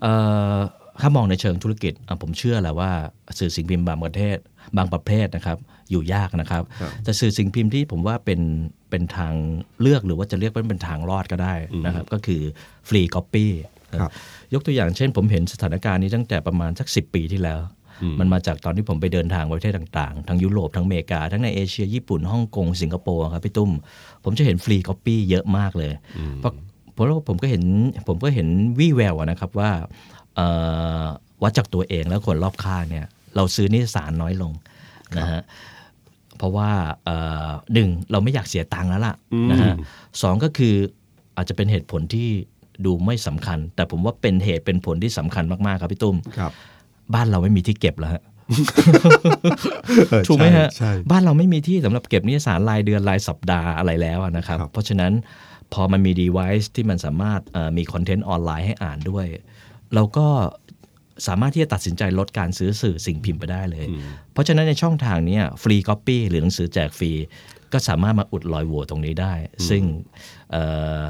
เอ่อถ้ามองในเชิงธุรกิจอ่ะผมเชื่อแหละว่าสื่อสิ่งพิมพ์บางประเทศ บางประเภทนะครับ อยู่ยากนะครับ
ครับ
แต่สื่อสิ่งพิมพ์ที่ผมว่าเป็นเป็นทางเลือกหรือว่าจะเรียกว่าเป็นทางรอดก็ได้นะครับ ก็คือฟรีก๊อปปี้
ครับ
ยกตัวอย่างเช่น ผมเห็นสถานการณ์นี้ตั้งแต่ประมาณสัก 10 ปีที่แล้ว มันมาจากตอนที่ผมไปเดินทางประเทศต่างๆ ทั้งยุโรปทั้งอเมริกา ทั้งในเอเชียญี่ปุ่นฮ่องกงสิงคโปร์ครับพี่ตุ้ม ผมจะเห็นฟรีคอปปี้เยอะมากเลย เพราะเพราะว่าผมก็เห็นผมก็เห็นวี่แววอะนะครับว่าเอ่อวัดจากตัวเองแล้วคนรอบข้างเนี่ยเราซื้อนิสสารน้อยลงนะฮะ เพราะว่าเอ่อหนึ่งเราไม่อยากเสียตังค์แล้วล่ะนะฮะสองก็คืออาจจะเป็นเหตุผลที่ดูไม่สำคัญ แต่ผมว่าเป็นเหตุเป็นผลที่สำคัญมาก ๆ ครับพี่ตุ้ม
ครับ
บ้านเราไม่มีที่เก็บแล้วฮะ
เออ
ถูกไหมฮะ
ใช่ใช่
บ้านเราไม่มีที่สำหรับเก็บนิตยสารรายเดือนรายสัปดาห์อะไรแล้วอะนะครับ
ครับ
เพราะฉะนั้นพอมันมี device ที่มันสามารถเอ่อมีคอนเทนต์ออนไลน์ให้อ่านด้วย เราก็สามารถที่จะตัดสินใจลดการซื้อสื่อสิ่งพิมพ์ไปได้เลย เพราะฉะนั้นในช่องทางเนี้ฟรีก๊อปปี้หรือหนังสือแจกฟรี ก็สามารถมาอุดรอยโหว่ตรงนี้ได้ ซึ่งเอ่อ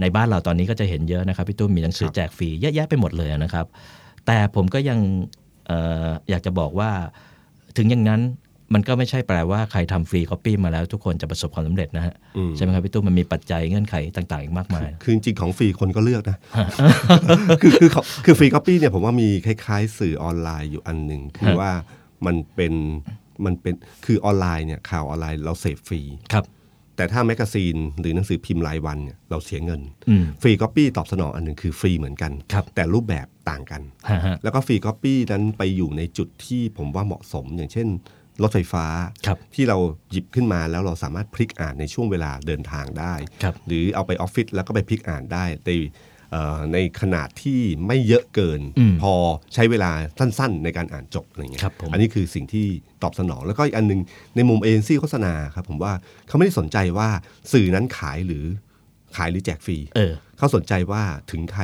ในบ้านเราตอนนี้ก็จะเห็นเยอะนะครับพี่ตุ้มมีหนังสือแจกฟรีเยอะแยะไปหมดเลยนะครับ แต่ผมก็ยังเอออยากจะบอกว่า ถึงอย่างนั้นมันก็ไม่ใช่แปลว่าใครทำฟรีคอปปี้มาแล้วทุกคนจะประสบความสำเร็จนะฮะ ใช่ไหมครับพี่ตุ้มมันมีปัจจัยเงื่อนไขต่างๆอีกมากมาย
คือจริงๆของฟรีคนก็เลือกนะ คือคือเขาคือฟรีคอปปี้เนี่ยผมว่ามีคล้ายๆ สื่อออนไลน์อยู่อันหนึ่งคือว่ามันเป็นมันเป็นคือออนไลน์เนี่ยข่าวออนไลน์เราเสพฟรี
ครับ
แต่ถ้าแมกกาซีนหรือหนังสือพิมพ์รายวันเนี่ยเราเสียเงิน
อืม
ฟรีคอปปี้ตอบสนองอันหนึ่งคือฟรีเหมือนกัน
ครับ
แต่รูปแบบต่างกัน
ฮะฮะ
แล้วก็ฟรีคอปปี้นั้นไปอยู่ในจุดที่ผมว่าเหมาะสม อย่างเช่น รถไฟฟ้า
ครับ
ที่เราหยิบขึ้นมาแล้วเราสามารถพลิกอ่านในช่วงเวลาเดินทางได้
ครับ
หรือเอาไปออฟฟิศแล้วก็ไปพลิกอ่านได้ในเอ่อในขนาดที่ไม่เยอะเกิน
อืม
พอใช้เวลาสั้นๆ ในการอ่านจบอะไรเงี้ย
ครับผม
อันนี้คือสิ่งที่ตอบสนอง แล้วก็อีกอันหนึงในมุมเอเจนซี่โฆษณาครับผมว่าเขาไม่ได้สนใจว่าสื่อนั้นขายหรือขายหรือแจกฟรี
เออ
เขาสนใจว่าถึงใคร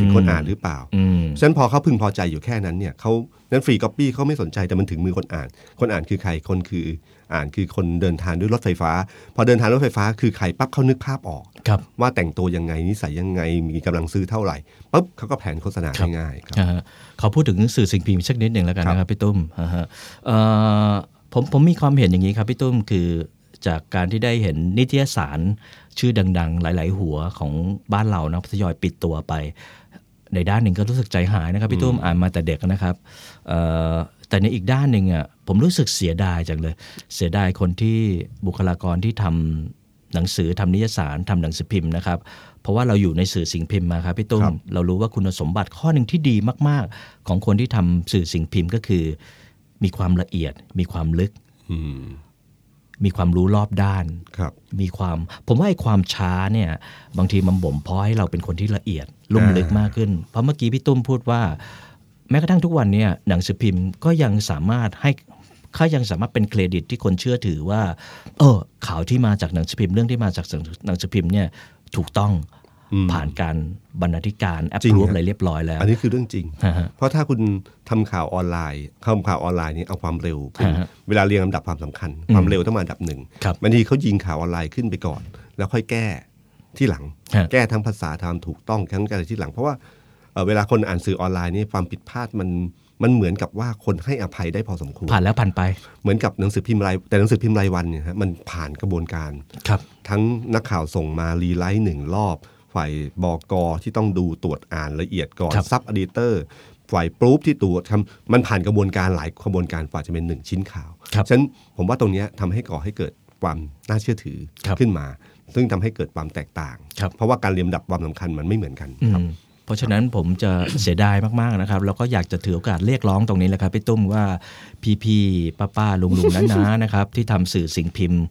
ถึงคนอ่านหรือเปล่า
อืม
ฉะนั้นพอเขาพึงพอใจอยู่แค่นั้นเนี่ยเขานั้นฟรีก๊อปปี้เขาไม่สนใจแต่มันถึงมือคนอ่าน คนอ่านคือใครคนคืออ่านคือคนเดินทางด้วยรถไฟฟ้า พอเดินทางรถไฟฟ้าคือใครปั๊บเขานึกภาพออก
ครับ
ว่าแต่งตัวยังไงนิสัยยังไงมีกำลังซื้อเท่าไหร่ปุ๊บเขาก็แผนโฆษณา
ครับ
ง่ายๆครับ
อ่าฮะขอพูดถึงสื่อสิ่งพิมพ์สักนิดหนึ่งแล้วกัน
ครับ
นะครับพี่ตุ้มอ่าฮะเอ่อผมผมมีความเห็นอย่างนี้ครับพี่ตุ้มคือจากการที่ได้เห็นนิตยสารชื่อดัง ๆ หลาย ๆ หัวของบ้านเรานะทยอยปิดตัวไป ในด้านหนึ่งก็รู้สึกใจหายนะครับพี่ตุ้มอ่านมาแต่เด็กนะครับเอ่อ แต่ในอีกด้านหนึ่งอ่ะผมรู้สึกเสียดายจังเลย เสียดายคนที่บุคลากรที่ทำหนังสือทำนิยสารทำหนังสือพิมพ์นะครับ เพราะว่าเราอยู่ในสื่อสิ่งพิมพ์มาครับพี่ตุ้มเรารู้ว่าคุณสมบัติข้อหนึ่งที่ดีมาก ๆ ของคนที่ทำสื่อสิ่งพิมพ์ก็คือ มีความละเอียด มีความลึก
อืม
มีความรู้รอบด้าน
ครับ
มีความผมว่าไอ้ความช้าเนี่ยบางทีมันบ่มเพาะให้เราเป็นคนที่ละเอียด ลุ่มลึกมากขึ้น เพราะเมื่อกี้พี่ตุ้มพูดว่า แม้กระทั่งทุกวันเนี่ยหนังสือพิมพ์ก็ยังสามารถให้เขายังสามารถเป็นเครดิตที่คนเชื่อถือว่า เออข่าวที่มาจากหนังสือพิมพ์เรื่องที่มาจากหนังสือพิมพ์เนี่ยถูกต้องผ่านการบรรณาธิการแอป
จริง
รูป
ครับ
อะไรเรียบร้อยแล้ว
อันนี้คือเรื่องจริง
ฮะฮะ
เพราะถ้าคุณทำข่าวออนไลน์ทำข่าวออนไลน์เนี่ยเอาความเร็วเป็น
ฮะฮะ
เวลาเรียงลำดับความสำคัญ ความเร็วต้องมาอันดับหนึ่ง
ครับ
บางทีเขายิงข่าวออนไลน์ขึ้นไปก่อน แล้วค่อยแก้ที่หลัง
ฮะ
แก้ทั้งภาษาทำถูกต้องทั้งการที่หลัง เพราะว่าเอ่อเวลาคนอ่านสื่อออนไลน์เนี่ยความผิดพลาดมันมันเหมือนกับว่าคนให้อภัยได้พอสมควร
ผ่านแล้วผ่านไป
เหมือนกับหนังสือพิมพ์รายแต่หนังสือพิมพ์รายวันเนี่ยฮะมันผ่านกระบวนการ
ครับ
ทั้งนักข่าวส่งมารีไลท์หนึ่งรอบ ฝ่ายบกที่ต้องดูตรวจอ่านละเอียดก่อน
ครับ
ซับอดิเตอร์ฝ่ายปรูฟที่ตรวจทำมันผ่านกระบวนการหลายกระบวนการกว่าจะเป็นหนึ่งชิ้นข่าว
ครับ
ฉะนั้นผมว่าตรงเนี้ยทำให้ก่อให้เกิดความน่าเชื่อถือ
ครับ
ขึ้นมา ซึ่งทำให้เกิดความแตกต่าง
ครับ
เพราะว่าการเรียงลำดับความสำคัญมันไม่เหมือนกันครับ
อืมเพราะฉะนั้นผมจะ เสียดายมากๆนะครับแล้วก็อยากจะถือโอกาสเรียกร้องตรงนี้แหละครับพี่ตุ้มว่าพี่ๆป้าๆลุงๆน้าๆนะครับ ที่ทำสื่อสิ่งพิมพ์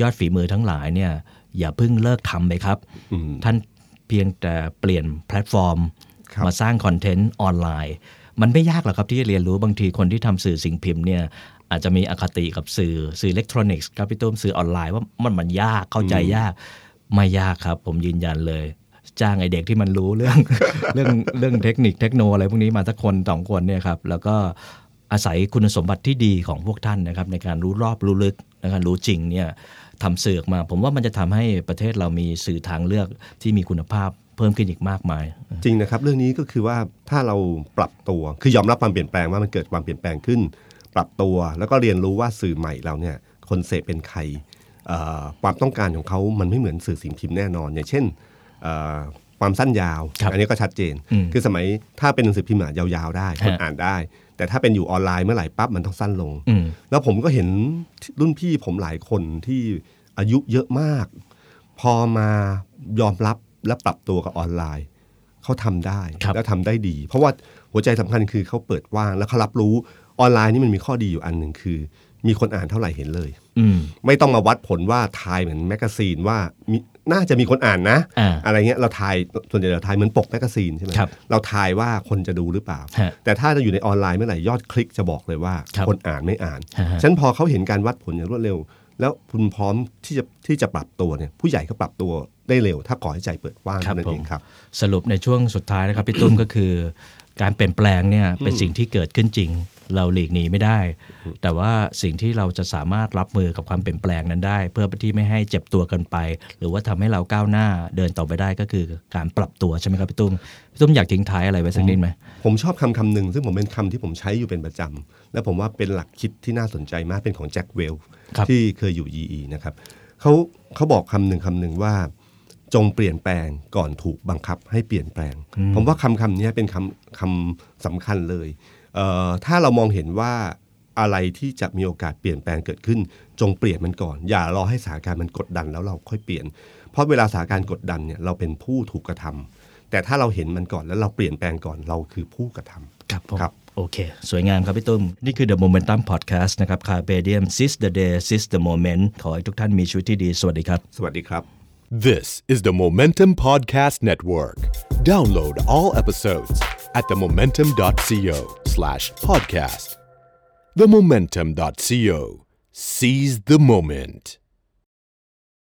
ยอดฝีมือทั้งหลายเนี่ยอย่าเพิ่งเลิกทำไปครับ
อืม
ท่านเพียงแต่เปลี่ยนแพลตฟอร์ม
ครับ
มาสร้างคอนเทนต์ออนไลน์ มันไม่ยากหรอกครับที่จะเรียนรู้บางทีคนที่ทำสื่อสิ่งพิมพ์เนี่ยอาจจะมีอคติกับสื่อสื่ออิเล็กทรอนิกส์ครับพี่ตุ้มสื่อออนไลน์ว่ามันมันยากเข้าใจยาก ไม่ยากครับ ผมยืนยันเลย จ้างไอเด็กที่มันรู้เรื่อง [LAUGHS] เรื่องเรื่องเทคนิคเทคโนอะไรพวกนี้มาสักคนสองคนเนี่ยครับแล้วก็อาศัยคุณสมบัติที่ดีของพวกท่านนะครับในการรู้รอบรู้ลึกนะครับรู้จริงเนี่ยทำสื่อออกมา ผมว่ามันจะทำให้ประเทศเรามีสื่อทางเลือกที่มีคุณภาพเพิ่มขึ้นอีกมากมาย
จริงนะครับ เรื่องนี้ก็คือว่าถ้าเราปรับตัว คือยอมรับความเปลี่ยนแปลงว่ามันเกิดความเปลี่ยนแปลงขึ้น ปรับตัวแล้วก็เรียนรู้ว่าสื่อใหม่เราเนี่ยคนเสพเป็นใครเอ่อความต้องการของเขามันไม่เหมือนสื่อสิ่งพิมพ์แน่นอน อย่างเช่นเอ่อความสั้นยาว
ครับ
อันนี้ก็ชัดเจน
อืม
คือสมัยถ้าเป็นหนังสือพิมพ์อ่ะยาวๆได้คน
ฮะ
อ่านได้ แต่ถ้าเป็นอยู่ออนไลน์เมื่อไหร่ปั๊บมันต้องสั้นลง
อืม
แล้วผมก็เห็นรุ่นพี่ผมหลายคนที่อายุเยอะมาก พอมายอมรับและปรับตัวกับออนไลน์ เขาทำได้
ครับ
แล้วทำได้ดี เพราะว่าหัวใจสำคัญคือเขาเปิดว่างแล้วเขารับรู้ออนไลน์นี่มันมีข้อดีอยู่อันหนึ่งคือ มีคนอ่านเท่าไหร่เห็นเลย
อืม
ไม่ต้องมาวัดผลว่าทายเหมือนแมกกาซีนว่ามีน่าจะมีคนอ่านนะ
อ่า
ไรเงี้ยเราทายส่วนใหญ่เราทายเหมือนปกแมกกาซีนใช่ไหม
ครับ
เราทายว่าคนจะดูหรือเปล่า
ฮะ
แต่ถ้าจะอยู่ในออนไลน์เมื่อไหร่ยอดคลิกจะบอกเลยว่า
ครับ
นอ่านไม่อ่าน
ฮะฮะ
ฉะนันพอเขาเห็นการวัดผลอย่างรวดเร็ว แล้วคุณพร้อมที่จะที่จะปรับตัวเนี่ยผู้ใหญ่ก็ปรับตัวได้เร็ว ถ้าก่อให้ใจเปิดว่าง
ครับ
เท่านั่น
ผ
เอ
ม
งครับ
สรุปในช่วงสุดท้ายนะครับพี่ตุ้ม ก็คือ การเปลี่ยนแปลงเนี่ยเป็นสิ่งที่เกิดขึ้นจริง เราหลีกหนีไม่ได้ แต่ว่าสิ่งที่เราจะสามารถรับมือกับความเปลี่ยนแปลงนั้นได้ เพื่อที่ไม่ให้เจ็บตัวเกันไป หรือว่าทำให้เราก้าวหน้าเดินต่อไปได้ก็คือการปรับตัวใช่ไหมครับพี่ตุ้มพี่ตุ้มอยากทิ้งท้ายอะไรไว้สักนิดไหม
ผมชอบคำคำหนึ่งซึ่งผมเป็นคำที่ผมใช้อยู่เป็นประจำและผมว่าเป็นหลักคิดที่น่าสนใจมากเป็นของแจ็คเวลส์
ครับ
ที่เคยอยู่ EE นะครับเขาเขาบอกคำหนึ่งคำหนึ่งว่า จงเปลี่ยนแปลงก่อนถูกบังคับให้เปลี่ยนแปลง ผมว่าคำคำนี้เป็นคำคำสำคัญเลยเอ่อถ้าเรามองเห็นว่าอะไรที่จะมีโอกาสเปลี่ยนแปลงเกิดขึ้น จงเปลี่ยนมันก่อน อย่ารอให้สถานการณ์มันกดดันแล้วเราค่อยเปลี่ยน เพราะเวลาสถานการณ์กดดันเนี่ยเราเป็นผู้ถูกกระทำ แต่ถ้าเราเห็นมันก่อนแล้วเราเปลี่ยนแปลงก่อนเราคือผู้กระทำ
ครับผม
ครับ
โอเค สวยงามครับพี่ตุ้ม นี่คือ The Momentum Podcast นะครับคาเบเดียม seize the day seize the moment ขอให้ทุกท่านมีชีวิตที่ดีสวัสดีครับ
สวัสดีครับ
This is the Momentum Podcast Network. Download all episodes at themomentum.co slash podcast. Themomentum.co. Seize the moment.